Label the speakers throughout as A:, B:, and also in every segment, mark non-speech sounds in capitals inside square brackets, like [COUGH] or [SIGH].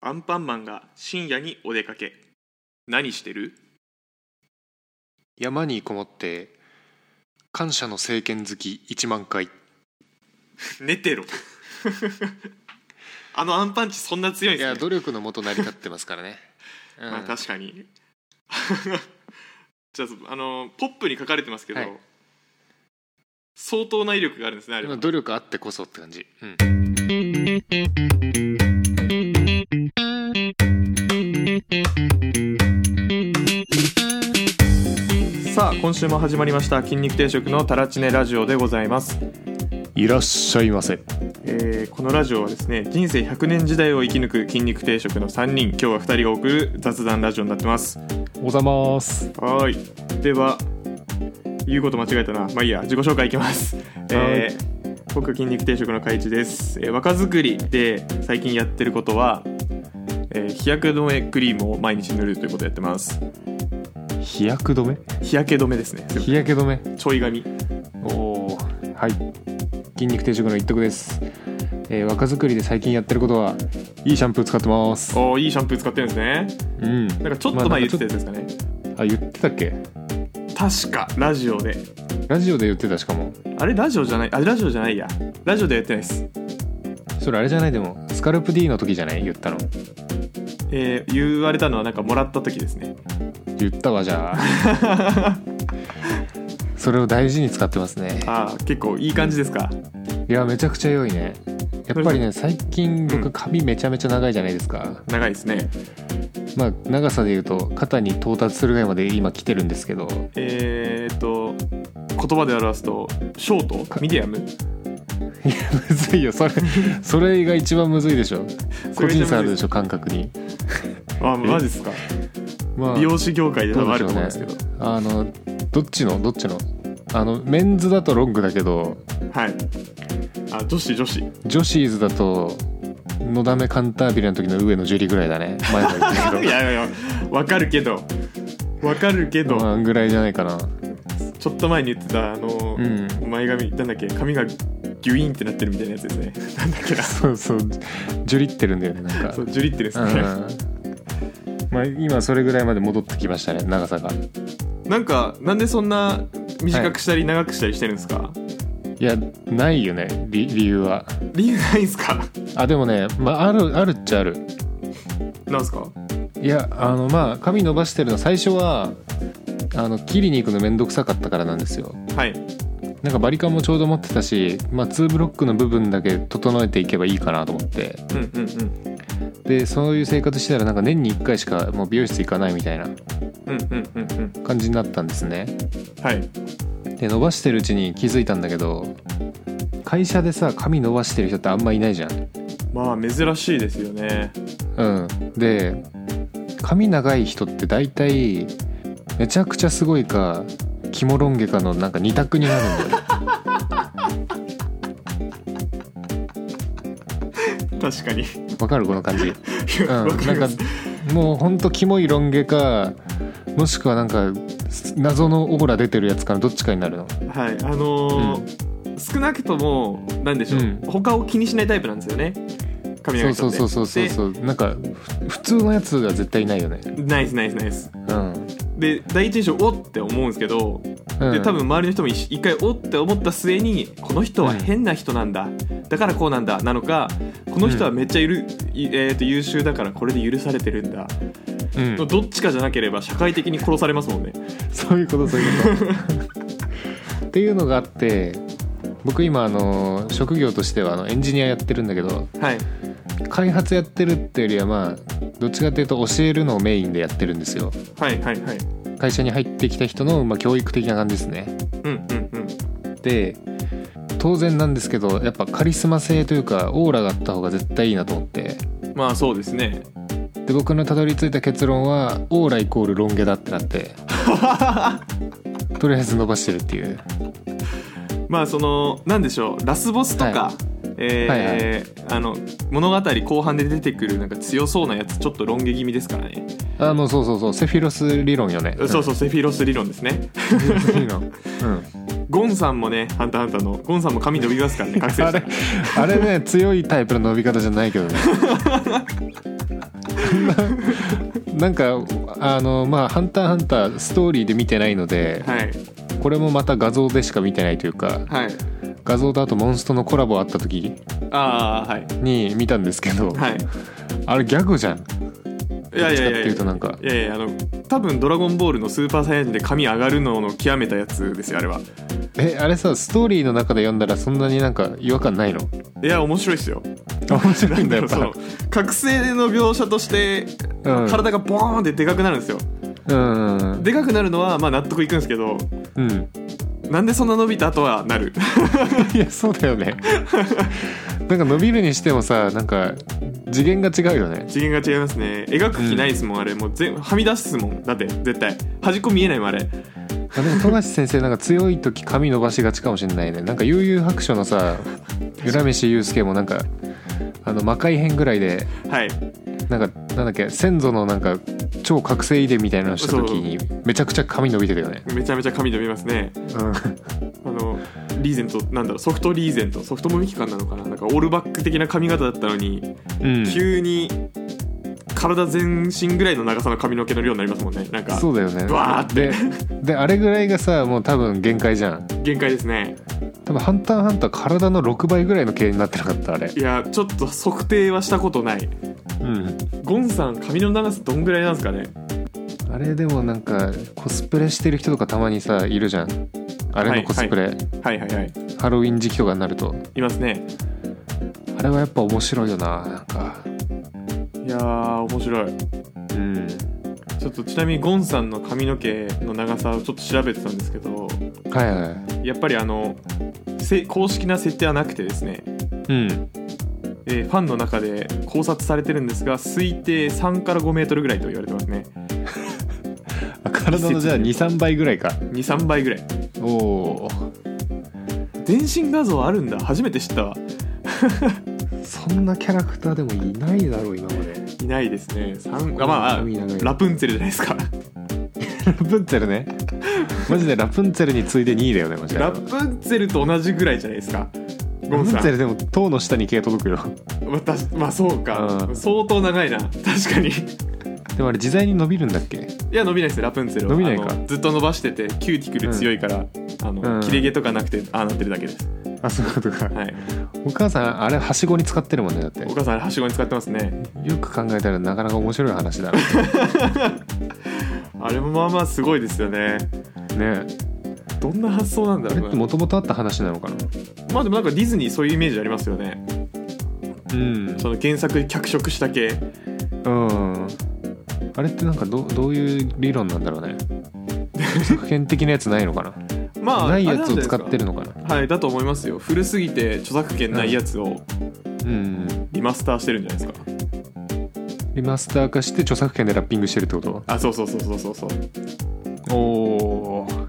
A: アンパンマンが深夜にお出かけ何してる [LAUGHS]
B: 山にこもって感謝の政権好き1万回
A: 寝てろ [LAUGHS] あのアンパンチそんな強いん
B: い
A: です
B: や
A: ね
B: 努力のもと成り立ってますからね、
A: [LAUGHS]
B: うん
A: まあ、確かに [LAUGHS] じゃああのポップに書かれてますけど、
B: はい
A: 相当な威力があるんですねあれ
B: でも
A: は
B: 努力あってこそって感じ、うん
A: さあ今週も始まりました「筋肉定食のタラチネラジオ」でございます、
B: いらっしゃいませ
A: えーこのラジオはですね人生100年時代を生き抜く筋肉定食の3人今日は2人が送る雑談ラジオになってます
B: おざます
A: はーい。では、言うこと間違えたな。まあいいや、自己紹介いきます。えー、僕、筋肉定食の海地です。えー若作りで最近やってることは、えー日焼け止めクリームを毎日塗るということをやってます。
B: 日焼け止め
A: 日焼け止めですね。
B: 日焼け止め
A: ちょい髪。
B: おおはい筋肉定食の一徳です、えー若作りで最近やってることはいいシャンプー使ってます
A: おーいいシャンプー使ってるんですね。
B: うん
A: なんかちょっと前言ってたや
B: ま
A: つですかね。
B: あなんかちょっとあ言ってたっけ
A: 確か、ラジオで。
B: ラジオで言ってたしかも
A: あれ、ラジオじゃない、あれ、ラジオじゃないや。ラジオでやってないです。
B: それあれじゃないでもスカルプ D の時じゃない言ったの
A: えー言われたのはなんかもらった時ですね。
B: 言ったわじゃあ
A: [LAUGHS]
B: それを大事に使ってますね
A: ああ、結構いい感じですか。
B: いやめちゃくちゃ良いねやっぱりね最近
A: うん
B: 僕髪めちゃめちゃ長いじゃないですか、
A: 長いですね。
B: まあ長さで言うと肩に到達するぐらいまで今来てるんですけど
A: えー、っと言葉で表すとショートミディアム
B: いやむずい
A: [LAUGHS]
B: よそれそれが一番むずいでしょ個人差あるでし
A: ょ
B: ょ感覚に
A: あマジですか
B: まあ
A: 美容師業界で多
B: どう
A: 分あ
B: でし
A: る
B: ょ
A: と
B: う
A: 思うん
B: ね
A: ですけど
B: あのどっちのどっちのあのメンズだとロングだけど
A: はいあ女子女子
B: 女子ーズだとのだめカンタービレの時の上野樹里ぐらいだね前も言った
A: い
B: け
A: やいやいやわかるけどわかるけ
B: ど
A: ど、
B: まあぐらいじゃない
A: [LAUGHS]
B: かな
A: ちょっと前に言ってたあの、
B: うん
A: 前髪なんだっけ髪がギュイーンってなってるみたいなやつですね [LAUGHS] なんだっけな
B: そうそうジュリってるんだよねなんか
A: そうジュリってです
B: うん
A: ね、
B: まあ今それぐらいまで戻ってきましたね長さが
A: なんかなんでそんな短くしたり長くしたりしてるんですか、
B: いやないよね理理由は
A: 理由ないんすか
B: あでもね、まあ、あるあるっちゃある
A: なんすか
B: いやあのまあ髪伸ばしてるの最初はあの切りに行くのめんどくさかったからなんですよ
A: はい
B: なんかバリカンもちょうど持ってたし、まあ、2ブロックの部分だけ整えていけばいいかなと思って
A: うんうんうん
B: でそういう生活してたらなんか年に1回しかもう美容室行かないみたいな
A: うんうんうんうん
B: 感じになったんですね
A: はい
B: で伸ばしてるうちに気づいたんだけど会社でさ髪伸ばしてる人ってあんまいないじゃん
A: まあ珍しいですよね
B: うんで髪長い人って大体めちゃくちゃすごいかキモロン毛かのなんか二択になるんだよね
A: 確かに [LAUGHS]
B: わかるこの感じ
A: う [LAUGHS]
B: うん、なんかもうほんとキモいロン毛かもしくはなんか謎のオーラ出てるやつかのどっちかになるの
A: はいあのー少なくともなんでしょう、
B: うん
A: 他を気にしないタイプなんですよね髪
B: そう
A: 型
B: そうそうそうそうそうなんかふ普通のやつは絶対いないよね
A: でナイスナイスナイス
B: うん、
A: で第一印象おって思うんですけど、
B: うん、
A: で多分周りの人も一一回おって思った末にこの人は変な人なんだ、だからこうなんだなのかこの人はめっちゃゆる、いえー、と優秀だからこれで許されてるんだ、
B: うん
A: のどっちかじゃなければ社会的に殺されますもんね
B: [LAUGHS] そういうことそういうこと。っていうのがあって僕今あの職業としてはあのエンジニアやってるんだけど
A: はい
B: 開発やってるっていうよりはまあどっちかっていうと教えるのをメインでやってるんですよ
A: はいはいはい
B: 会社に入ってきた人の、まあ、教育的な感じですね
A: うんうんうん
B: で当然なんですけどやっぱカリスマ性というかオーラがあった方が絶対いいなと思って
A: まあそうですね。
B: で僕のたどり着いた結論はオーライコールロン毛だってなってとりあえず伸ばしてるっていう
A: まあそのなんでしょうラスボスとか、
B: は
A: えーあの物語後半で出てくるなんか強そうなやつちょっとロン毛気味ですからね。
B: あもうそうそうそうセフィロス理論よね
A: そうそうセフィロス理論ですね。
B: いいの。うん。
A: ゴンさんもねハンターハンターのゴンさんも髪伸びますからね覚醒
B: [LAUGHS] あ
A: し
B: れ、あれね、強いタイプの伸び方じゃないけどね。 [LAUGHS] なんかあのまあ「ハンターハンター」ストーリーで見てないので、
A: はい
B: これもまた画像でしか見てないというか
A: はい
B: 画像とあとモンストのコラボあった時
A: ああはい
B: に見たんですけど、
A: はい
B: あれギャグじゃん
A: いやいやい
B: どっちか
A: や
B: って
A: い
B: いうと
A: や
B: なんか
A: いやいやあの多分「ドラゴンボール」のスーパーサイヤ人で髪上がるのの極めたやつですよあれは
B: えあれさストーリーの中で読んだらそんなになんか違和感ないの
A: いや面白いっすよ
B: [LAUGHS] 面白いんだやっ
A: そ
B: ぱ
A: の覚醒の描写として、
B: うん
A: 体がボーンってでかくなるんですよ
B: うん
A: でかくなるのはまあ納得いくんですけど
B: うん
A: なんでそんな伸びたとはなる [LAUGHS]
B: [LAUGHS] いやそうだよねなんか伸びるにしてもさなんか次元が違うよね
A: 次元が違いますね描く気ないですもん、あれもう全はみ出すもんだって絶対端っこ見えないもんあれ
B: あでも富樫先生なんか強い時髪伸ばしがちかもしれないねなんか悠々白書のさ浦飯祐介もなんかあの魔界編ぐらいで
A: はい
B: なんかなんだっけ先祖のなんか超覚醒遺伝みたいなのした時にめちゃくちゃ髪伸びてたよね
A: めちゃめちゃ髪伸びますねあのリーゼントなんだろうソフトリーゼントソフトモミキカンなのかななんかオールバック的な髪型だったのに、
B: うん、うん、
A: 急に体全身ぐらいの長さの髪の毛の量になりますもんねなんか
B: そうだよね
A: わーって
B: でであれぐらいがさもう多分限界じゃん
A: 限界ですね
B: 多分ハンターハンター」体の6倍ぐらいの毛になってなかったあれ
A: いやちょっと測定はしたことない
B: うん
A: ゴンさん髪の長さどんぐらいなんですかね
B: あれでもなんかコスプレしてる人とかたまにさいるじゃんあれのコスプレ、
A: はいはいはい
B: ハロウィン時期とかになると
A: いますね
B: あれはやっぱ面白いよななんか
A: いやー面白い
B: うん
A: ちょっとちなみにゴンさんの髪の毛の長さをちょっと調べてたんですけど
B: はいはい
A: やっぱりあのせ公式な設定はなくてですね
B: うん
A: えーファンの中で考察されてるんですが推定3から5メートルぐらいと言われてますね
B: 体のじゃあ23倍ぐらいか
A: 23倍ぐらい
B: おお
A: 全身画像あるんだ初めて知ったわ
B: そんなキャラクターでもいないだろう今まで
A: いないですね3あまあ
B: 髪長い
A: ラプンツェルじゃないですか
B: ラプンツェルね [LAUGHS] マジでラプンツェルに次いで2位だよねマジで
A: ラプンツェルと同じぐらいじゃないですかゴ
B: ラプ
A: ン
B: ンツ
A: さ
B: ェ
A: ん
B: ルでも塔の下に毛が届くよ
A: またまあそうか
B: うん
A: 相当長いな確かにい
B: でもあれ自在に伸びるんだっけ
A: や伸びないですラプンツェルは
B: 伸びないか
A: あのずっと伸ばしててキューティクル強いから、あ
B: う
A: の
B: ん
A: 切れ毛とかなくてああなってるだけです、
B: あそういうことか
A: はい、
B: お母さんあれはしごに使ってるもんねだって
A: お母さんあれはしごに使ってますね
B: よく考えたらなかなか面白い話だな
A: あれもまあまあすごいですよね
B: ね
A: どんな発想なんだ
B: あれ
A: ろ
B: って
A: うな
B: もともとあった話なのかな
A: まあでもなんかディズニーそういうイメージありますよね
B: うん
A: その原作脚色した系
B: うんあれってなんかどどういう理論なんだろうね作編的なやつないのかな、
A: まあ
B: ないやつを使
A: あれ
B: って
A: なんじゃな
B: る
A: い
B: のかな
A: ですかはいだと思いますよ古すぎて著作権ないやつを
B: うん
A: リマスターしてるんじゃないですか、
B: リマスター化して著作権でラッピングしてるってこと
A: あそうそうそうそうそうそう
B: おお不思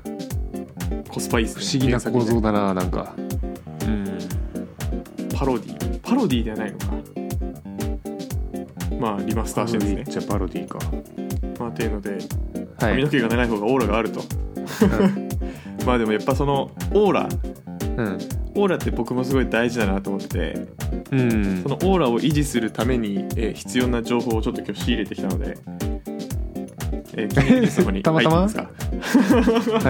A: コスパいいっすね
B: 議
A: 原
B: な
A: 作
B: 構
A: ね
B: 造だななんかうん
A: パロディパロディではないのかまあリマスターしてるんですね
B: じゃパロディか
A: まあというので
B: は
A: 髪
B: い
A: の毛が長い方がオーラがあると、
B: うん
A: [LAUGHS] まあでもやっぱそのオーラ
B: うん
A: オーラって僕もすごい大事だなと思ってて
B: うん
A: そのオーラを維持するために、えー必要な情報をちょっと今日仕入れてきたので、えー、気
B: [LAUGHS]
A: に入ってそこに
B: たまた
A: 入
B: ま
A: っていいです [LAUGHS]
B: はい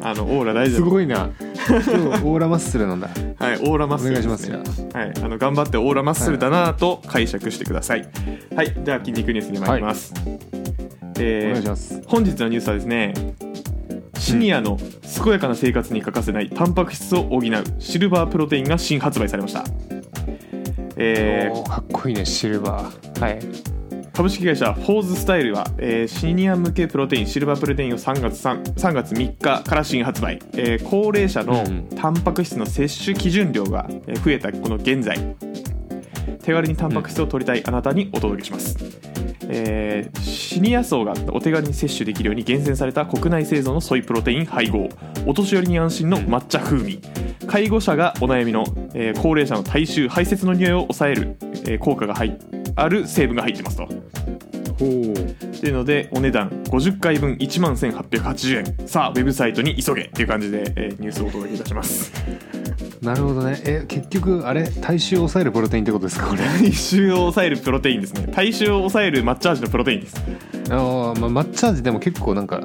A: かあのオーラ大事
B: す
A: だ
B: ご
A: [LAUGHS]
B: いな今日オーラマッスルなんだ
A: はい、オーラマッスルです、ね、
B: お願いします
A: はい、あの頑張ってオーラマッスルだなと解釈してくださいはい、では筋肉ニュースに参ります、
B: お
A: え
B: 願いし
A: ー
B: ます
A: 本日のニュースはですねシニアの健やかな生活に欠かせないタンパク質を補うシルバープロテインが新発売されました、えー
B: おーかっこいいねシルバーはい
A: 株式会社フォーズスタイルは、えーシニア向けプロテインシルバープロテインを3月 3, 3月3日から新発売、えー高齢者の
B: うん
A: タンパク質の摂取基準量がえー増えたこの現在手軽にタンパク質を取りたいあなたにお届けします、えーシニア層がお手軽に摂取できるように厳選された国内製造のソイプロテイン配合お年寄りに安心の抹茶風味介護者がお悩みの、えー高齢者の体臭排泄の匂いを抑える、えー効果が入っある成分が入ってますと
B: ほ
A: っていうのでお値段50回分1万1880円さあウェブサイトに急げっていう感じで、えーニュースをお届けいたします
B: うなるほどねえ結局あれ体臭を抑えるプロテインってことですかこれ
A: 体臭を抑えるプロテインですね体臭を抑える抹茶味のプロテインです
B: ああ、まあ、抹茶味でも結構なんか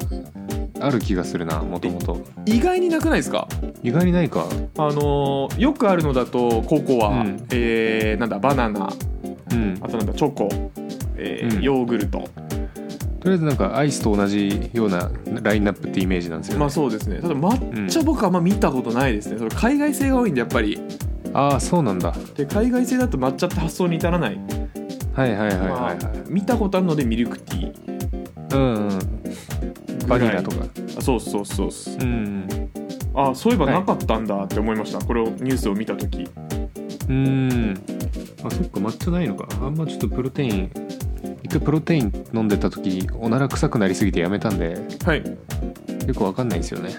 B: ある気がするなもともと
A: 意外になくないですか
B: 意外にないか
A: あのーよくあるのだとココア、
B: うん
A: えーなんだバナナ
B: うん
A: あとなんだチョコ、えー
B: うん
A: ヨーグルト
B: とりあえずなんかアイスと同じようなラインナップってイメージなんですよ、ね
A: まあそうですねただ抹茶僕あんま見たことないですねそれ海外製が多いんでやっぱり
B: ああそうなんだ
A: で海外製だと抹茶って発想に至らない、
B: はいはいはいはいはい、
A: まあ見たことあるのでミルクティー
B: うんうんバニラとか
A: あそうそうそうそう
B: うん
A: あそういえば
B: はい
A: なかったんだって思いました、これをニュースを見た時
B: うんあそっか抹茶ないのかあんまちょっとプロテイン一回プロテイン飲んでた時おなら臭くなりすぎてやめたんで
A: はい
B: よくわかんないんですよね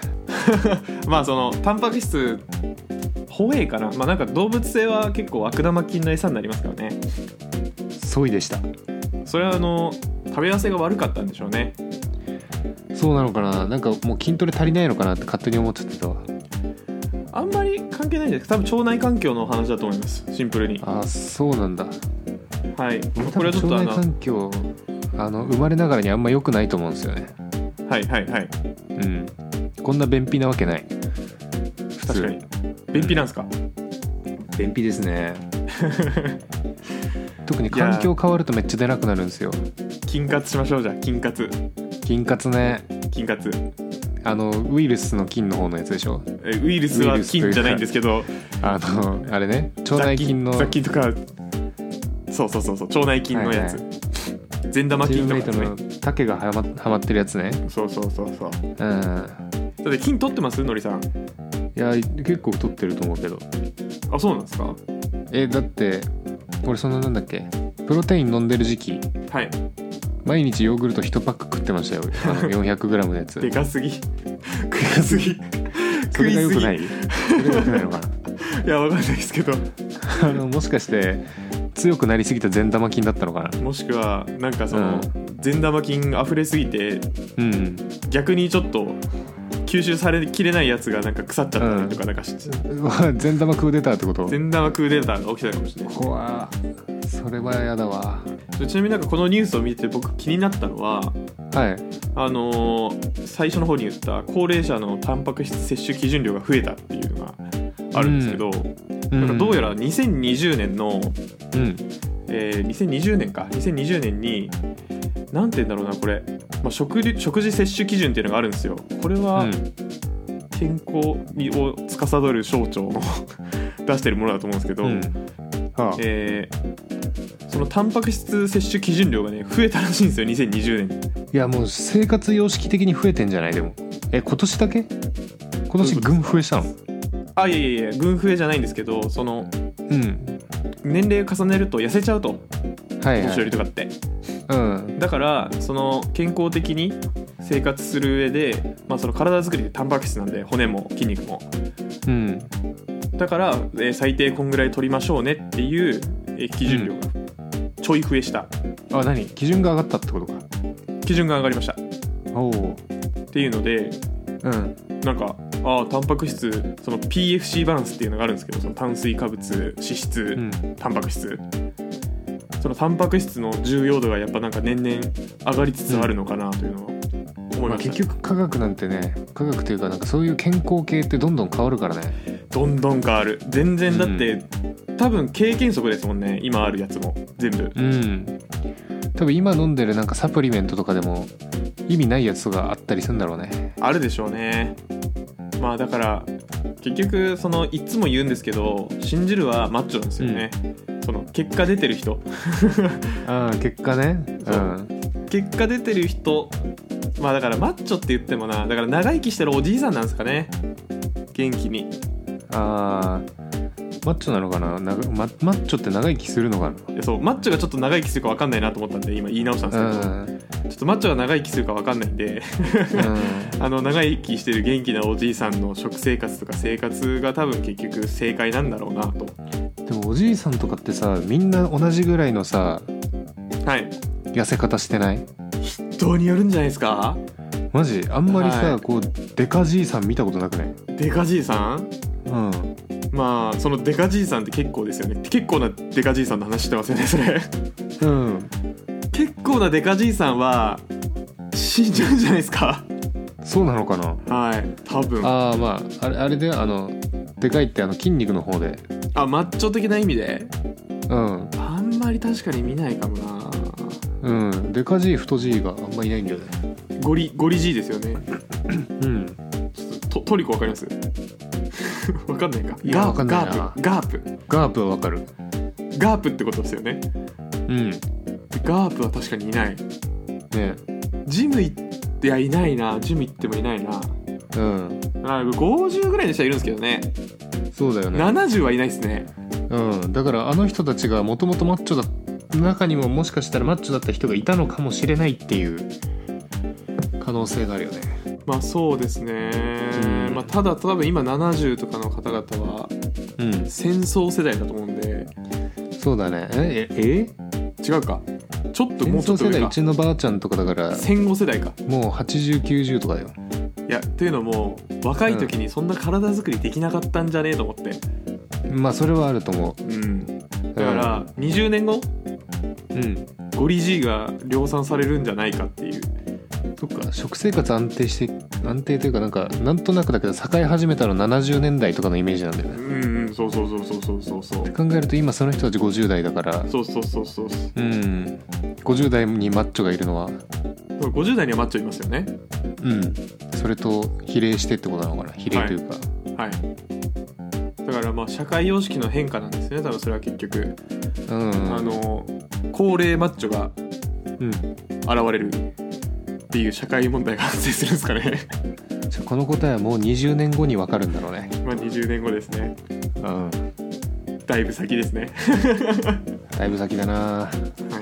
A: まあそのタンパク質ホエイかなまあなんか動物性は結構悪玉菌の餌になりますからね
B: ソイでした
A: それはあの食べ合わせが悪かったんでしょうね
B: そうなのかななんかもう筋トレ足りないのかなって勝手に思っちゃってたわ
A: あんまり関係ないんじゃないですか多分腸内環境のお話だと思いますシンプルに
B: ああそうなんだ
A: はい
B: 多
A: これは
B: 分
A: ちょっ
B: 腸
A: とあ
B: 内
A: の
B: 環境あの生まれながらにあんま良くないと思うんですよね
A: はいはいはい
B: うんこんな便秘なわけない普
A: 確かに便秘なんですか
B: 便秘ですね [LAUGHS] 特に環境変わるとめっちゃ出なくなるんですよ
A: 菌活しましょうじゃあ菌活
B: 菌活ね
A: 菌活
B: あのウイルスの菌の方のやつでしょ
A: えウイルスは
B: ウイルスというか
A: 菌じゃないんですけど
B: あのあれね腸内菌の
A: 雑菌とかそうそうそうそう腸内菌のやつ
B: はい
A: 善玉
B: チー
A: 菌
B: ム
A: と
B: メ
A: か
B: イ
A: です
B: ト
A: ね
B: の竹がはまはまってるやつね
A: そうそうそうそう
B: う
A: だ
B: んい
A: って金取ってますのりさん
B: や結構取ってると思うけど
A: あそうなんですか
B: えだって俺そのなんだっけプロテイン飲んでる時期
A: はい
B: 毎日ヨーグルト1パック食ってましたよあ
A: [LAUGHS]
B: の 400g のやつ
A: でかすぎ [LAUGHS] 食いすぎ
B: [LAUGHS] そ
A: 食
B: れ
A: い
B: が良
A: す
B: く
A: ぎ
B: ないそれが良くないのかない
A: やわかんないですけど
B: あのもしかして強くなりすぎた善玉菌だったのかな
A: もしくはなんかその善、玉菌溢れすぎて
B: うん
A: 逆にちょっと吸収されきれないやつがなんか腐っちゃったりとかなんかし
B: うわ善玉クーデターってこと
A: 善玉クーデターが起きたかもしれない
B: 怖それはやだわ
A: ちなみになんかこのニュースを見て僕気になったのは
B: はい
A: あのー最初の方に言った高齢者のタンパク質摂取基準量が増えたっていうのがあるんですけど、なんかどうやら2020年の、
B: うん
A: えー2020年か2020年になんて言うんだろうなこれ、まあ、食事食事摂取基準っていうのがあるんですよこれ
B: う
A: は
B: ん
A: 健康を司る省庁の [LAUGHS] 出してるものだと思うんですけど、
B: うんはあ
A: えーそのタンパク質摂取基準量がね増えたらしいんですよ2020年に
B: いやもう生活様式的に増えてんじゃないでもえ今年だけ今年群増えしたの
A: あいやいやいや群増えじゃないんですけどその
B: うん
A: 年齢重ねると痩せちゃうと
B: はいは
A: 年寄
B: い
A: りとかって、
B: うん
A: だからその健康的に生活する上で、まあ、その体作りでタンパク質なんで骨も筋肉も
B: うん
A: だから、えー最低こんぐらい取りましょうねっていう、えー基準量がちょい増えした
B: あ何基準が上がったってことか
A: 基準が上がりましたっ
B: おお
A: ていうので
B: うん
A: なんかああタンパク質その PFC バランスっていうのがあるんですけどその炭水化物脂質、
B: うん
A: タンパク質そのタンパク質の重要度がやっぱなんか年々上がりつつあるのかなというのを思い
B: まあ
A: ました、
B: 結局科学なんてね科学というかなんかそういう健康系ってどんどん変わるからね
A: どんどん変わる全然だって、多分経験則ですもんね今あるやつも全部
B: うん多分今飲んでるなんかサプリメントとかでも意味ないやつとかあったりするんだろうね
A: あるでしょうねまあだから結局そのいつも言うんですけど信じるはマッチョなんですよね、その結果出てる人
B: ああ結果ね
A: そう結果出てる人まあだからマッチョって言ってもなだから長生きしてるおじいさんなんですかね元気に
B: ああマッチョなのかなながママッチョって長生きするのか
A: いやそうマッチョがちょっと長生きするか分かんないなと思ったんで今言い直したんで
B: な
A: すけど、ちょっとマッチョが長生きするか分かんないんで
B: うん
A: あの長生きしてる元気なおじいさんの食生活とか生活が多分結局正解なんだろうなと
B: うん [LAUGHS] でもおじいさんとかってさみんな同じぐらいのさ
A: はい
B: 痩せ方してない
A: 人によるんじゃないですか
B: マジあんまりさ、
A: はい
B: こうデカじいさん見たことなくない
A: デカじいさん
B: うん
A: ままあそのデカじいさんって結構ですよね結構なデカじいさんの話してますよねそれ
B: うん
A: 結構なデカじいさんは死んじゃうんじゃないですか
B: そうなのかな
A: はい多分あ
B: ああまああれあれであのでかいってあの筋肉の方で
A: マッチョ的な意味で
B: うん
A: あんまり確かに見ないかもな
B: うんでかじい太じいがあんまいないんだよね
A: ゴリゴリじいですよね
B: うん
A: ちょっとトトリコわかります [LAUGHS] わかんないか
B: いやわかんないな
A: ガープガープ
B: ガープはわかる
A: ガープってことですよね
B: うんね
A: でガープは確かにいないジム行っていやいないなジム行ってもいないな
B: うん
A: あ50ぐらいの人はいるんですけどね
B: そうだよね
A: 70はいないですね
B: うんだからあの人たちがもともとマッチョだ中にももしかしたらマッチョだった人がいたのかもしれないっていう可能性があるよね
A: まあそうですね
B: う、ん
A: まあ、ただ多分今70とかの方々は
B: うん
A: 戦争世代だと思うんで
B: そうだねええ
A: 違うかちょっと
B: 戦
A: もうちょ
B: 争
A: っと
B: 世
A: 上
B: 代う
A: か
B: ちのばあちゃんとかだから
A: 戦後世代か
B: もう8090とかだよ
A: いやっていうのも若い時にそんな体作りできなかったんじゃねえと思って
B: まあそれはあると思
A: うん
B: う
A: だから20年後
B: うん
A: ゴリ G が量産されるんじゃないかっていう
B: そっか食生活安定して安定というかなんかなんとなくだけど栄え始めたの70年代とかのイメージなんだ
A: う
B: よね
A: んうんそうそうそうそうそうそうそう
B: 考えると今その人たち50代だから
A: そうそうそうそう
B: うん50代にマッチョがいるのは
A: でも50代にはマッチョいますよね
B: うんそれと比例してってことなのかな比例というか、
A: はいだからまあ社会様式の変化なんですね多分それは結局、
B: うん
A: あの高齢マッチョが
B: うん
A: 現れるっていう社会問題が発生するんですかね [LAUGHS]
B: じゃあこの答えはもう20年後に分かるんだろうね
A: まあ20年後ですね
B: うん
A: だいぶ先ですね、
B: だいぶ先だな
A: は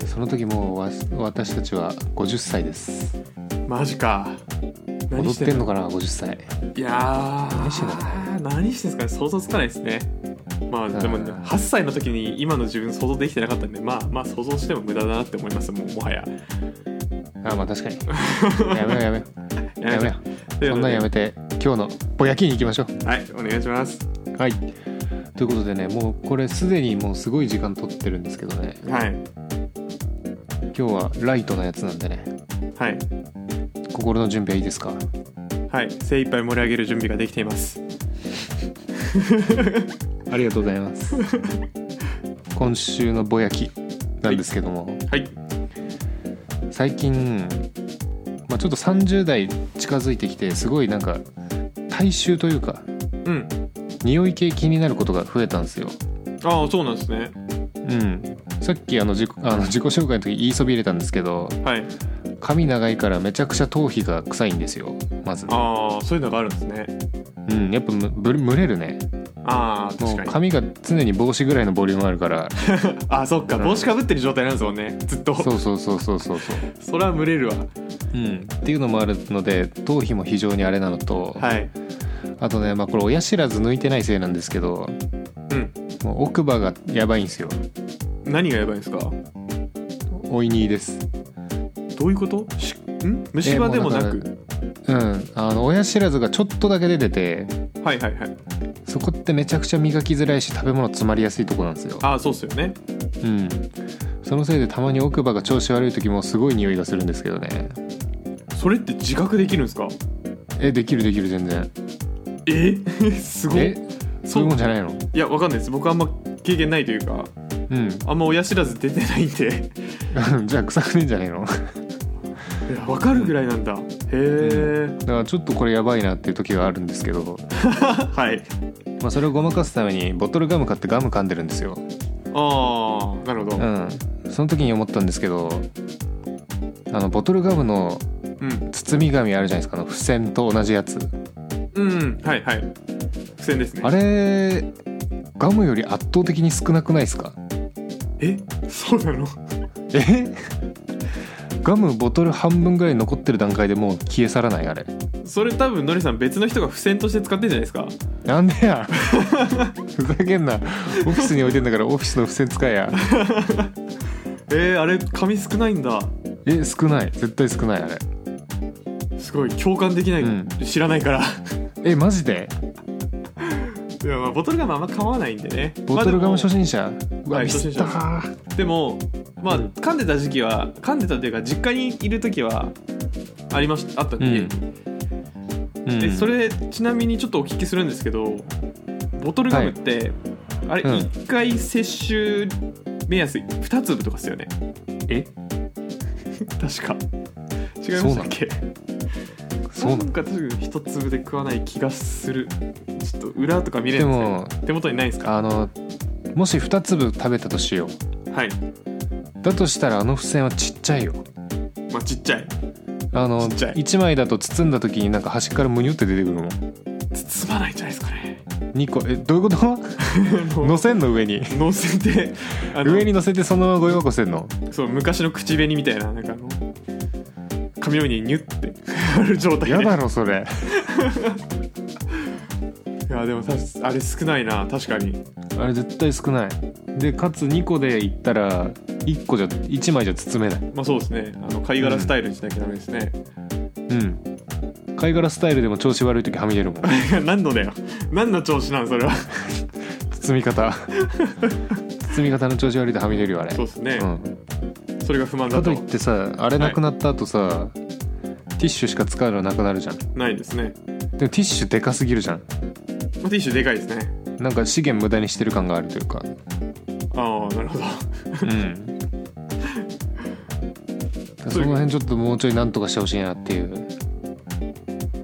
A: い
B: その時もうわ私たちは50歳です
A: マジか
B: 踊
A: 何
B: っ
A: して
B: て
A: ん
B: ん
A: の
B: のかな50歳
A: いやー
B: 何してんだろ
A: 何してんすかね想像つかないですねまあでも、ね、
B: うん
A: 8歳の時に今の自分想像できてなかったんでまあまあ想像しても無駄だなって思いますもうもはや
B: あまあ確
A: [LAUGHS]
B: かにやめようやめようやめよう
A: ということ
B: そ
A: で
B: んなんやめて今日のぼやきに行きましょう
A: はいお願いします
B: はいということでねもうこれすでにもうすごい時間取ってるんですけどね
A: はい
B: 今日はライトなやつなんでね
A: はい
B: 心の準備はいいですか
A: はい精一杯盛り上げる準備ができています
B: ありがとうございます
A: [LAUGHS]
B: 今週のぼやきなんですけども、
A: はい
B: 最近、まあ、ちょっと30代近づいてきてすごいなんか体臭というか
A: うん
B: 匂い系気になることが増えたんですよ
A: ああそうなんですね
B: うんさっきあの自己あの自己紹介の時言いそびれたんですけど
A: はい
B: 髪長いからめちゃくちゃ頭皮が臭いんですよまず
A: ああそういうのがあるんですね
B: うんやっぱむぶ蒸れるね
A: ああ
B: も
A: 確
B: う
A: かに
B: 髪が常に帽子ぐらいのボリュームあるから
A: [LAUGHS] あそっか帽子かぶってる状態なんですもんねずっと
B: そうそうそうそうそうそう
A: それは蒸れるわ
B: うんっていうのもあるので頭皮も非常にあれなのと、
A: はい
B: あとねまあこれ親知らず抜いてないせいなんですけど
A: うん
B: もう奥歯がやばいんですよ
A: 何がやばいんですか
B: おいにいです
A: どういうことしん虫歯でもなく、
B: うんあの親知らずがちょっとだけ出てて
A: はいはいはい
B: そこってめちゃくちゃ磨きづらいし食べ物詰まりやすいとこなんですよ
A: ああそうっすよね
B: うんそのせいでたまに奥歯が調子悪い時もすごい匂いがするんですけどね
A: それって自覚できるんですか
B: えできるできる全然
A: え [LAUGHS] すごい
B: えそういうもんじゃないの
A: いやわかんないです僕あんま経験ないというか
B: うん
A: あんま親知らず出てないんで
B: じゃあ臭くねえんじ [LAUGHS] ゃないのだか
A: いやわかるぐらいなんだへえ
B: らちょっとこれやばいなっていう時があるんですけど、
A: はい
B: まあ、それをごまかすためにボトルガム買ってガム噛んでるんですよ
A: ああなるほど
B: う、んその時に思ったんですけどあのボトルガムの
A: うん、
B: 包み紙あるじゃないですかあの付箋と同じやつ
A: うんはいはい付箋ですね
B: あれガムより圧倒的に少なくないですか
A: えそうなの
B: えガムボトル半分ぐらい残ってる段階でもう消え去らないあれ
A: それ多分のりさん別の人が付箋として使ってんじゃないですか
B: なんでや [LAUGHS] ふざけんなオフィスに置いてんだからオフィスの付箋使えや
A: えー、あれ紙少ないんだ
B: え少ない絶対少ないあれ
A: すごい共感できない、
B: うん
A: 知らないから
B: えマジで
A: でもまあボトルガムあんま構わないんでね
B: ボトルガム初
A: まあ
B: 心者うわ
A: はい
B: ミスったー
A: でもでもまあ噛んでた時期は噛んでたというか実家にいる時はありましたあったん
B: う
A: で、
B: んうん
A: でそれちなみにちょっとお聞きするんですけどボトルガムって、あれ、
B: うん
A: 1回摂取目安2粒とかっすよね
B: え
A: 確か違いましたっけ
B: そうな
A: な
B: の
A: んか確か1粒で食わない気がするちょっと裏とか見れるんですけど手元にないですか
B: あのもし2粒食べたとしよう
A: はい
B: だとしたらあの付箋はちっちゃいよ
A: まあちっちゃい
B: あの
A: ちっちゃい
B: 1枚だと包んだ時になんか端からむにゅって出てくるもん
A: 包まないんじゃないですかね
B: 2個えどういうこと
A: [LAUGHS]
B: 乗せんの上に
A: 乗せてあの
B: 上に乗せてそのままゴミ箱捨てんの
A: そう昔の口紅みたいななんかあの髪の毛にニュッて [LAUGHS] ある状態で
B: やだろ
A: [LAUGHS]
B: それ
A: いやでもたあれ少ないな確かに
B: あれ絶対少ないでかつ2個でいったら1個じゃ1枚じゃ包めない
A: まあそうですねあの貝殻スタイルにしなきゃダメですね、 [LAUGHS]
B: うん貝殻スタイルでも調子悪い時はみ出るもん
A: いや何のだよ何の調子なんそれは [LAUGHS]
B: 包み方包み方の調子悪いとはみ出るよあれ
A: そうですね、
B: うん、
A: それが不満だ
B: かと
A: と
B: いってさあれなくなった後さ、ティッシュしか使うのなくなるじゃんでも
A: ないですね、
B: ティッシュでかすぎるじゃん
A: まあ、ティッシュでかいですね
B: なんか資源無駄にしてる感があるというか
A: ああなるほど
B: うんその辺ちょっともうちょいなんとかしてほしいなっていう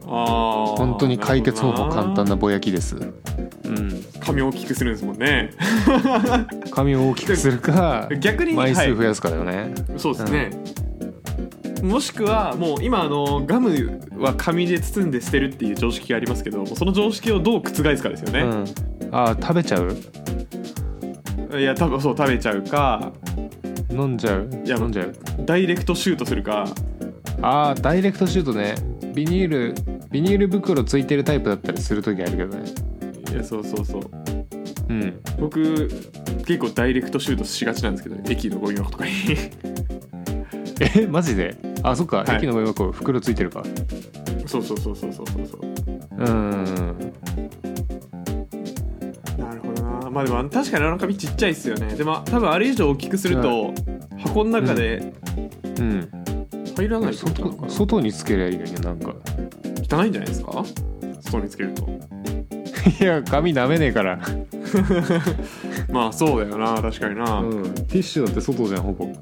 A: ああ
B: 本当に解決方法簡単
A: な
B: なぼやきですうん
A: 髪を大きくするんですもんね
B: 髪を大きくするか
A: 逆に
B: 枚数
A: は
B: 増やすかだよね、
A: い、そうですね、もしくはもう今あのガムは紙で包んで捨てるっていう常識がありますけどもうその常識をどう覆すかですよね、
B: うんああ食べちゃう
A: いや多分そう食べちゃうか
B: 飲んじゃう
A: いや
B: 飲んじゃう
A: ダイレクトシュートするか
B: ああダイレクトシュートねビニールビニール袋ついてるタイプだったりする時あるけどね
A: いやそうそうそう
B: うん
A: 僕結構ダイレクトシュートしがちなんですけど駅のゴミ箱とかに
B: [LAUGHS]
A: [LAUGHS]
B: えマジであそっか、
A: はい
B: 駅のゴミ箱袋ついてるか
A: そうそうそうそうそうそうそう
B: うん
A: なるほどなまあでも確かにあの紙ちっちゃいっすよねでも多分あれ以上大きくすると箱の中で
B: うん
A: 入らないってことなのか
B: 外
A: な
B: 外につけりゃいいのになんか [LAUGHS]
A: 汚いんじゃないですか外につけると
B: いや髪舐めねえから、
A: まあそうだよな確かにな、
B: うん、ティッシュだって外じゃんほぼ、
A: テ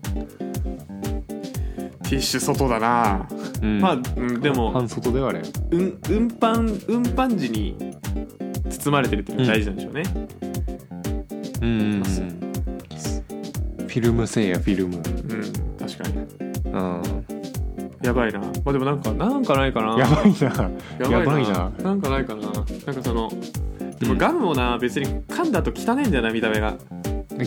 A: ィッシュ外だな、
B: うん
A: まあ、うん、でも
B: 半外ではあれ
A: うん運搬運搬時に包まれてるっていうのが大事なんでしょうね、
B: うん、
A: ん
B: フィルムせいやフィルム
A: うん確かに
B: うん
A: やばいなまあでもなんかなんかないかな
B: やばいな
A: やばいな
B: やばいなん
A: かないかななんかそのでもガムもな別に噛んだ後汚いんだよな見た目がも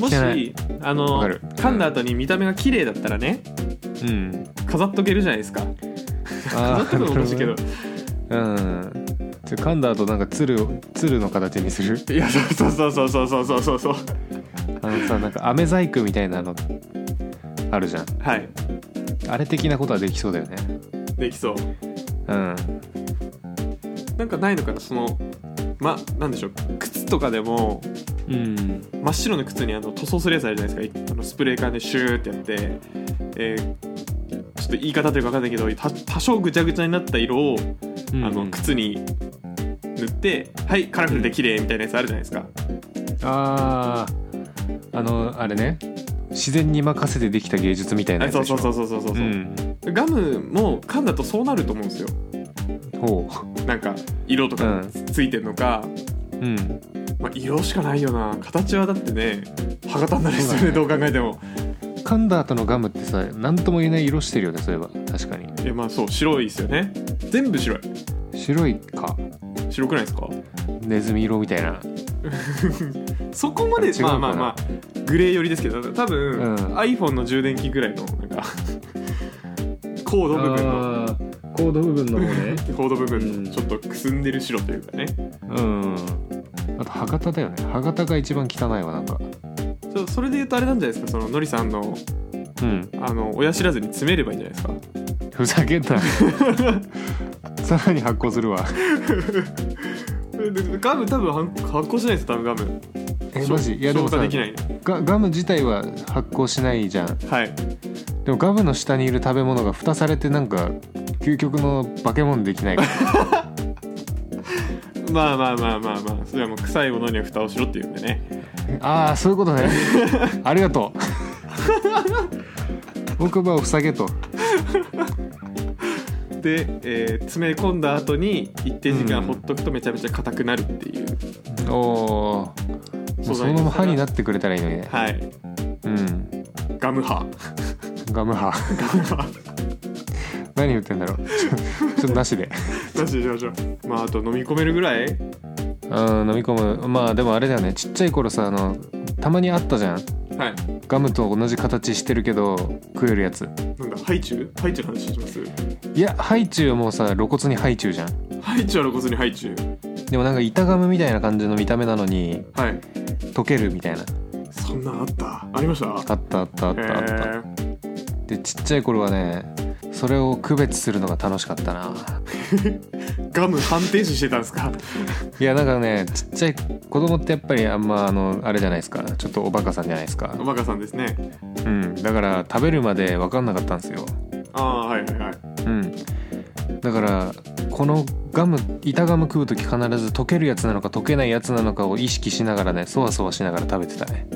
B: 汚
A: し
B: い
A: あの
B: わかる
A: 噛んだ後に見た目が綺麗だったらね
B: うん
A: 飾っとけるじゃないですか飾
B: あ
A: っとくのもおかしいけど
B: うんじゃあ噛んだ後なんか鶴を鶴の形にする
A: いやそうそうそうそうそうそうそうそう
B: あのさなんか飴細工みたいなのあるじゃん
A: はい
B: あれ的なことはできそうだよね
A: できそう
B: うん
A: なんかないのかなそのまなんでしょう靴とかでも
B: うん
A: 真っ白の靴にあの塗装するやつあるじゃないですかあのスプレー缶でシューってやって、えーちょっと言い方というか分かんないけどた多少ぐちゃぐちゃになった色を、あの靴に塗ってはいカラフルで綺麗みたいなやつあるじゃないですか、
B: あああのあれね自然に任せてできた芸術みたいな
A: あ
B: やつ
A: そう
B: でし
A: そ
B: ょ
A: うそうそうそうそう、
B: ん
A: ガムも噛んだとそうなると思うんですよ
B: ほ
A: なんか色とか
B: う
A: ついてるのか、
B: ううん
A: まあ、色しかないよな形はだってね歯型になるんですよね
B: そ
A: どう考えても
B: 噛んだ後のガムってさ何とも言えない色してるよねそういえば確かに
A: いやまあそう白いですよね全部白い
B: 白いか
A: 白くないですか
B: ネズミ色みたいな
A: そこまで
B: 違うか
A: まあ
B: な
A: まあまあグレー寄りですけど多分、
B: うん
A: iPhone の充電器ぐらいのなんか [LAUGHS] コード部分の
B: ーコード部分の方ね
A: コード部分
B: うん
A: のちょっとくすんでる白というかね
B: うんあと歯型だよね歯型が一番汚いわなんか
A: そそれで言うとあれなんじゃないですかそののりさんの
B: うん
A: あの親知らずに詰めればいいんじゃないですか
B: [LAUGHS] ふざけんなさらに発酵するわ
A: ガム多分はん発酵しないです多分ガム
B: えマジいやで
A: 消
B: も
A: 化
B: さ
A: できないね
B: ガガム自体は発酵しないじゃん
A: はい
B: でもガムの下にいる食べ物が蓋されてなんか究極の化け物でき [LAUGHS] ないから
A: まあまあまあまあまあそれはもう臭いものには蓋をしろっていうんでね
B: ああそういうことねありがと [LAUGHS] う奥歯を塞げと
A: で、えー詰め込んだ後に一定時間
B: うん
A: ほっとくとめちゃめちゃ硬くなるっていう、
B: おおーもうそのまま歯になってくれたらいいのにね
A: はい
B: うん
A: ガム歯
B: ガム歯何言ってんだろうちょちょっとなしで
A: なしでしましょうまああと飲み込めるぐらい
B: うん飲み込むまあでもあれだよねちっちゃい頃さあのたまにあったじゃん
A: はい
B: ガムと同じ形してるけど食えるやつ
A: なんだハイチュウハイチュウの話します
B: いやハイチュウはもうさ露骨にハイチュウじゃん
A: ハイチュウのこそにハイチュウ
B: でもなんか板ガムみたいな感じの見た目なのに
A: はい
B: 溶けるみたいな
A: そんなんあったありました
B: あったあったあったあった、
A: へー
B: でちっちゃい頃はねそれを区別するのが楽しかったな
A: ガム反転視してたんですか
B: いやなんかねちっちゃい子供ってやっぱりあんまあのあれじゃないですかちょっとおバカさんじゃないですか
A: [LAUGHS] おバカさんですね
B: うんだから食べるまで分かんなかったんですよ
A: ああはいはいはい
B: うんだからこのガム板ガム食う時必ず溶けるやつなのか溶けないやつなのかを意識しながらねそわそわしながら食べてたね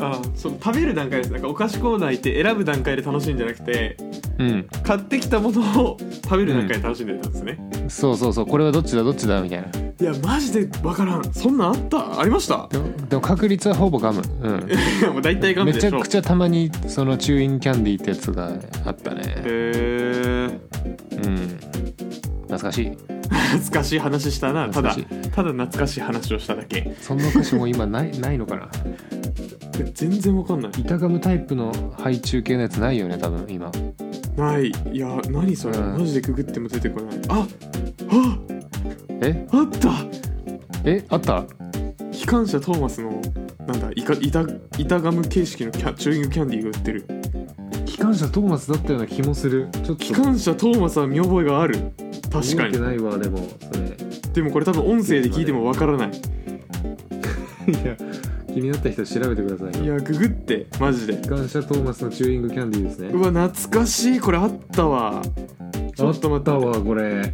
A: あーそう食べる段階ですなんかお菓子コーナー行って選ぶ段階で楽しいんじゃなくて
B: うん
A: 買ってきたものを食べる段階で楽しんでたんですね、
B: そうそうそうこれはどっちだどっちだみたいない
A: やマジで分からんそんなんあったありました
B: でもでも確率はほぼガムうん
A: いや [LAUGHS] もう大体ガム
B: め
A: で
B: ち
A: し
B: ゃ
A: ょ
B: くちゃたまにそのチューインキャンディーってやつがあった
A: へ
B: ね
A: ー
B: うん懐かしい
A: 懐かしい話したなただ
B: 懐
A: ただ懐かしい話をしただけ
B: そんなお菓子も今ない [LAUGHS] ないのかな
A: 全然わかんない
B: 板ガムタイプの配中系のやつないよね多分今
A: ないいや何それ、
B: うん
A: マジでググっても出てこないああ
B: え
A: あった
B: えあった
A: 機関車トーマスのなんだイカ板板ガム形式のキャチューイングキャンディーが売ってる
B: 機関車トーマスだったような気もするちょっと
A: 機関車トーマスは見覚えがある確か
B: 覚えて
A: に
B: ないわでもそれ
A: でもこれ多分音声で聞いてもわからない
B: いや気になった人調べてくださ
A: い
B: よ
A: やググってマジで
B: 機関車トーマスのチューイングキャンディーですね
A: うわ懐かしいこれあったわちょっと待って
B: あわこれ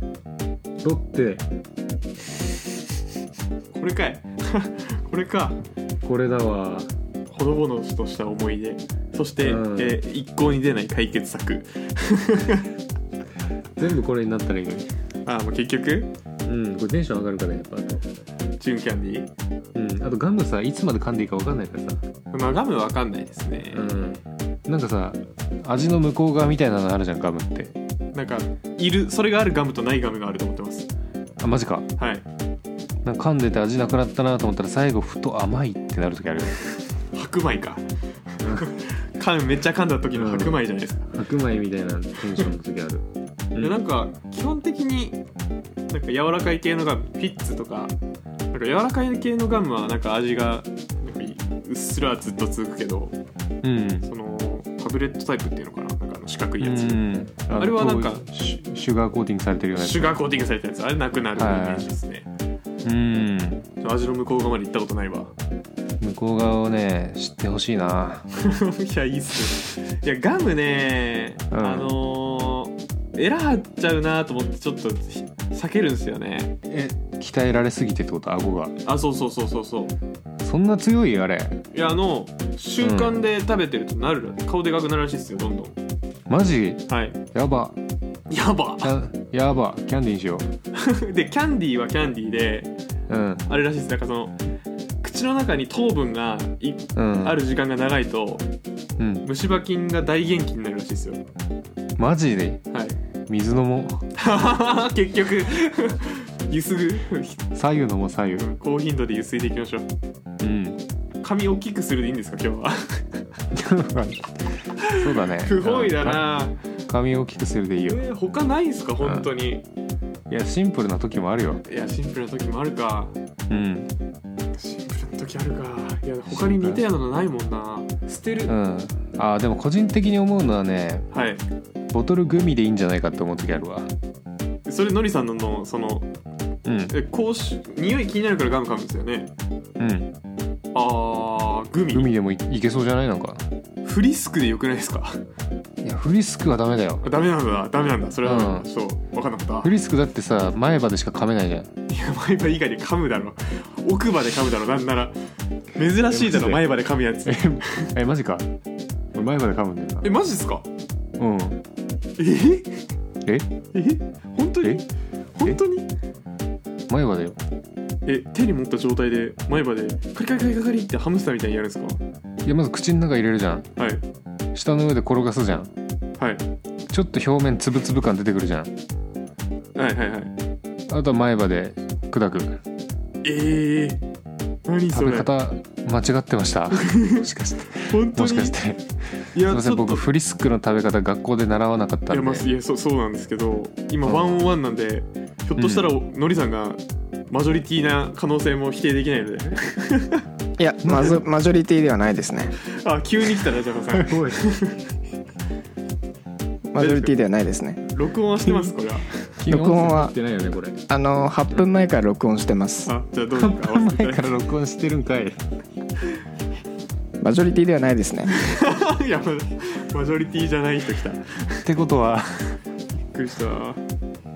B: ロッテ
A: これかい [LAUGHS] これか
B: これだわ
A: ほのぼのとした思い出そして、
B: うん
A: えー一向に出ない解決策
B: 全部これになったらいいのに
A: あーもう結局
B: うんこれテンション上がるからやっぱあと
A: チューンキャンディー
B: うんあとガムさいつまで噛んでいいか分かんないからさ
A: まあガムわかんないですね、
B: うんなんかさ味の向こう側みたいなのあるじゃんガムって
A: なんかいるそれがあるガムとないガムがあると思ってます
B: あマジか
A: はい
B: なんか噛んでて味なくなったなと思ったら最後ふと甘いってなる時あるよね
A: 白米か [LAUGHS] 噛んめっちゃ噛んだ時の白米じゃないですか、
B: 白米みたいなテンションの時ある、
A: いやなんか基本的になんか柔らかい系のガムピッツとかなんか柔らかい系のガムはなんか味がなんかいうっすらずっと続くけど
B: うん
A: そのタブレットタイプっていうのかななんかあの四角いやつ、
B: うん
A: あれはなんか
B: シュシュガーコーティングされてるようなやつ
A: シュガーコーティングされたやつあれなくなるイメージですね、
B: うん
A: ちょっと味の向こう側まで行ったことないわ [LAUGHS]
B: 向こう側をね知ってほしいない
A: やいいっすねいやガムね、
B: うん
A: あのー、エラ張っちゃうなと思ってちょっとひ避けるんですよね
B: え鍛えられすぎてってこと顎が
A: あそうそうそうそうそう
B: そんな強いあれ
A: いやあの習慣で食べてるとなるら、顔でかくなるらしいですよどんどん
B: マジ
A: はい
B: やば
A: やば [LAUGHS]
B: ややばキャンディーにしよ
A: でキャンディーはキャンディーで
B: ううん
A: あれらしいですなんかその口の中に糖分がい
B: うん
A: ある時間が長いと
B: うん
A: 虫歯菌が大元気になるらしいですよ
B: マジで
A: はい
B: 水飲もう
A: [LAUGHS] 結局ゆすぐ
B: 左右飲もう左右
A: 高頻度でゆすいでいきましょう
B: うん [LAUGHS]
A: 髪大きくするで [LAUGHS] いいんですか今日は
B: そうだね
A: [LAUGHS] 不本意だな
B: 髪を大きくするでいい
A: え
B: よ
A: ー他ないんすか本当に
B: いやシンプルな時もあるよ
A: いやシンプルな時もあるか
B: うん
A: シンプルな時あるかいや他に似たようなのないもんな捨てる、
B: うんあーでも個人的に思うのはね
A: はい
B: ボトルグミでいいんじゃないかって思う時あるわ
A: それのりさんののその
B: うん
A: え口臭匂い気になるからガム噛むんですよね
B: うん
A: あーグミ
B: 海でもいいけそうじゃないなんか
A: フリスクでよくないですか [LAUGHS]
B: いやフリスクはダメだよ
A: ダメなんだダメなんだそれはダメなんだ、
B: う
A: ちょっと分かんなかっ
B: フ
A: た
B: リスクだってさ前歯でしか噛めないじゃん
A: いや前歯以外で噛むだろ奥歯で噛むだろなんなら珍しいだろ
B: え
A: 前歯で噛むやつ
B: えマジか俺前歯で噛むんだよ
A: えマジですか
B: なうん
A: え
B: え
A: え本当に本当に
B: 前歯だよ
A: え手に持った状態で前歯でカリカリカリカリってハムスターみたいにやるんですか
B: いやまず口の中入れるじゃん
A: はい
B: 舌の上で転がすじゃん
A: はい
B: ちょっと表面つぶつぶ感出てくるじゃん
A: はいはいはい
B: あとは前歯で砕く
A: ええ何そ
B: 食
A: れ
B: べ方間違ってました [LAUGHS] もしかして
A: 本当に
B: もしかして
A: い
B: すい
A: や
B: ま
A: ち
B: せ
A: ょ
B: ん
A: っと
B: 僕フリスクの食べ方学校で習わなかった
A: いや,、
B: ん
A: まあ、
B: で
A: いやそうそうなんですけど今
B: うん
A: ワンオンワンなんで、ひょっとしたらおのりさんがマジョリティな可能性も否定できないの
B: [LAUGHS]
A: で
C: いやマジョマジョリティではないですね
A: あ急に来たねジャ
B: [LAUGHS]
A: パさん
C: マジョリティではないですね
A: 録音はしてますこ
B: [LAUGHS]
A: れは
C: 録音は
B: てないよねこれ
C: あの8分前から録音してます
A: あじゃあどうぞか合わせてい
B: 前
A: た
B: か
A: だ
B: ら録音してるんかい
C: マジョリティではないで
A: [LAUGHS]
C: すね
B: [LAUGHS]
A: いていやマジョリティじゃない人来たびっ
B: ってことは
A: くりした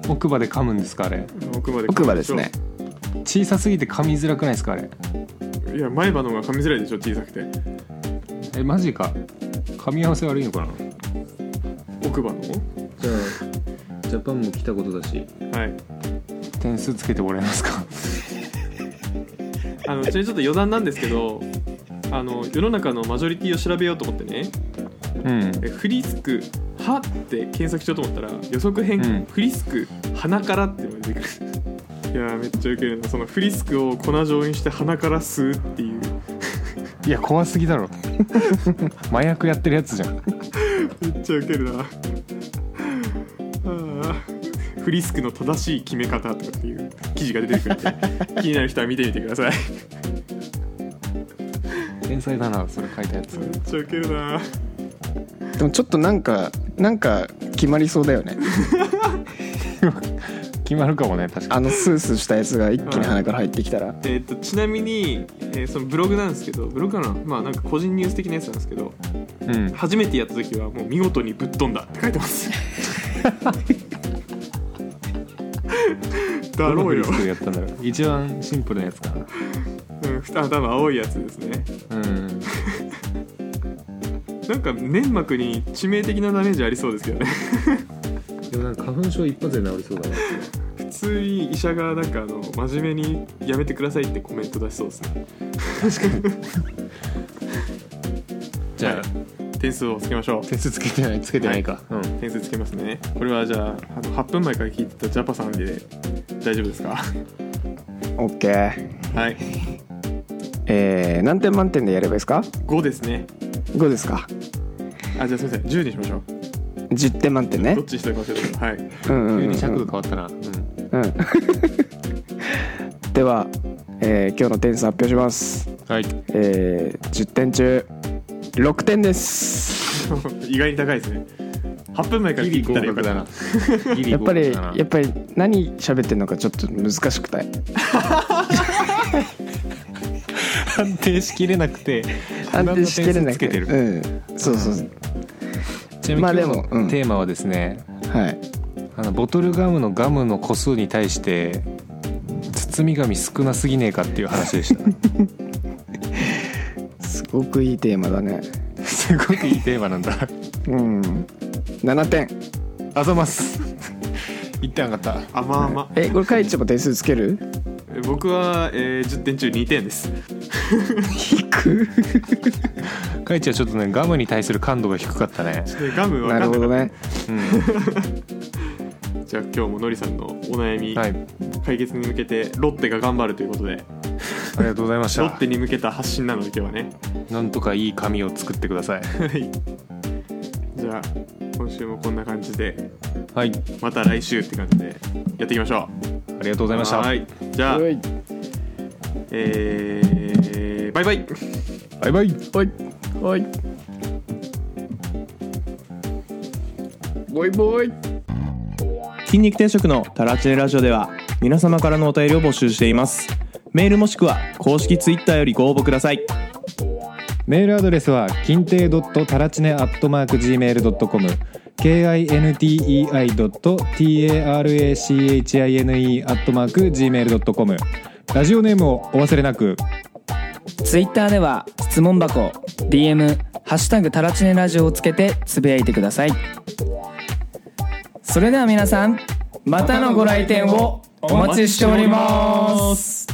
B: 奥歯で噛むんですかあれ
A: 奥まで
C: 奥歯ですね
B: 小さすぎて噛みづらくないですかあれ
A: いや前歯の方が噛みづらいでしょ小さくて
B: えマジか噛み合わせ悪いのかな
A: 奥歯の
B: じゃあジャパンも来たことだし
A: はい
B: 点数つけてもらえますか
A: あのちなみにちょっと余談なんですけどあの世の中のマジョリティを調べようと思ってね
B: うん
A: えフリスク「歯」って検索しようと思ったら予測変換、
B: うん
A: フリスク「鼻から」っていうのが出てくる [LAUGHS] いやーめっちゃウケるなそのフリスクを粉状にして鼻から吸うっていう
B: いや怖すぎだろ [LAUGHS] 麻薬やってるやつじゃん
A: めっちゃウケるなあーフリスクの正しい決め方とかっていう記事が出てくるんで気になる人は見てみてください
B: 天才だなそれ書いたやつ
A: めっちゃウケるな
C: でもちょっとなんかなんか決まりそうだよね
B: 決まるかもね確か
C: あのスースーしたやつが一気に鼻から入ってきたら
A: えー、とちなみに、えーそのブログなんですけどブログかなまあなんか個人ニュース的なやつなんですけど
B: にうん
A: 初めてやった時はもう見事にぶっ飛んだって書いてます [LAUGHS] だろうよ
B: どのフリス、クやったんだろう一番シンプルなやつかな
A: うん、ふたあ多分青いやつですね
B: うん
A: なんか粘膜に致命的なダメージありそうですけどね [LAUGHS]
B: でもなんか花粉症一発で治りそうだね
A: 普通に医者がなんかあの真面目にやめてくださいってコメント出しそうですね [LAUGHS]
B: じゃあ、
A: 点数をつけましょう
B: 点数つけてないつけてないか、うん
A: 点数つけますねこれはじゃああの8分前から聞いてたジャパさんで大丈夫ですか
C: OK
A: はい
C: えー、何点満点でやればいいですか
A: 5ですね
C: 5ですか
A: あじゃあすいません10にしましょう
C: 10点満点ね
A: どっちにしたか忘れたけどはい
C: うんうんうん
B: 急
C: うん
B: に尺度変わったな、うん
C: うん [LAUGHS] では、えー今日の点数発表します、
B: はい
C: えー、10点中6点です
A: [LAUGHS] 意外に高いですね8分前から
B: ギ
A: 聞
B: リ
A: いてた
B: 合
A: らよか
B: 格
A: っ
B: だ
A: た
B: な
A: な
B: ギリ
C: やっぱり
B: 合格だな
C: やっぱり何喋ってるのかちょっと難しくて
B: 判定しきれなくて
C: 安定しきれな
B: つ
C: く
B: け
C: て
B: てる、
C: うんそうそうそう
B: ちなみに今日
C: まあで
B: の
C: もうん
B: テーマはですね、
C: はい
B: あのボトルガムのガムの個数に対して包み紙少なすぎねえかっていう話でした [LAUGHS]
C: すごくいいテーマだね
B: すごくいいテーマなんだ
C: うん7点
B: あざます言ってなかった
A: 甘々
C: えこれカイチも点数つける
A: え僕は、えー10点中2点です
C: 低く
B: カイチはちょっとねガムに対する感度が低かったね
A: ちょっとガムは
C: なるほどね
B: うん
A: じゃあ今日ものりさんのお悩み
B: はいあ
A: 解決に向けてロッテが頑張るということで、
B: りがとうございまし [LAUGHS]
A: ロッ
B: た
A: テに向けた発信なので今日はね [LAUGHS]
B: なんとかいい紙を作ってくだ [LAUGHS] さい
A: はいじゃあ今週もこんな感じで
B: はい
A: また来週って感じでやっていきましょう
B: ありがとうございました
A: はいじゃあ
C: はい
A: えーバイバイ
B: バイバイ
C: はいはいボイボイ
D: 筋肉定食のタラチネラジオでは皆様からのお便りを募集していますメールもしくは公式ツイッターよりご応募ください
B: メールアドレスは金亭ドットタラチネアットマーク gmail ドットコム k i n t e i ドット t a r a c h i n e アットマーク gmail ドットコムラジオネームをお忘れなく。
C: ツイッターでは質問箱 DM「ハッシュタグタラチネラジオ」をつけてつぶやいてくださいそれでは皆さんまたのご来店をお待ちしております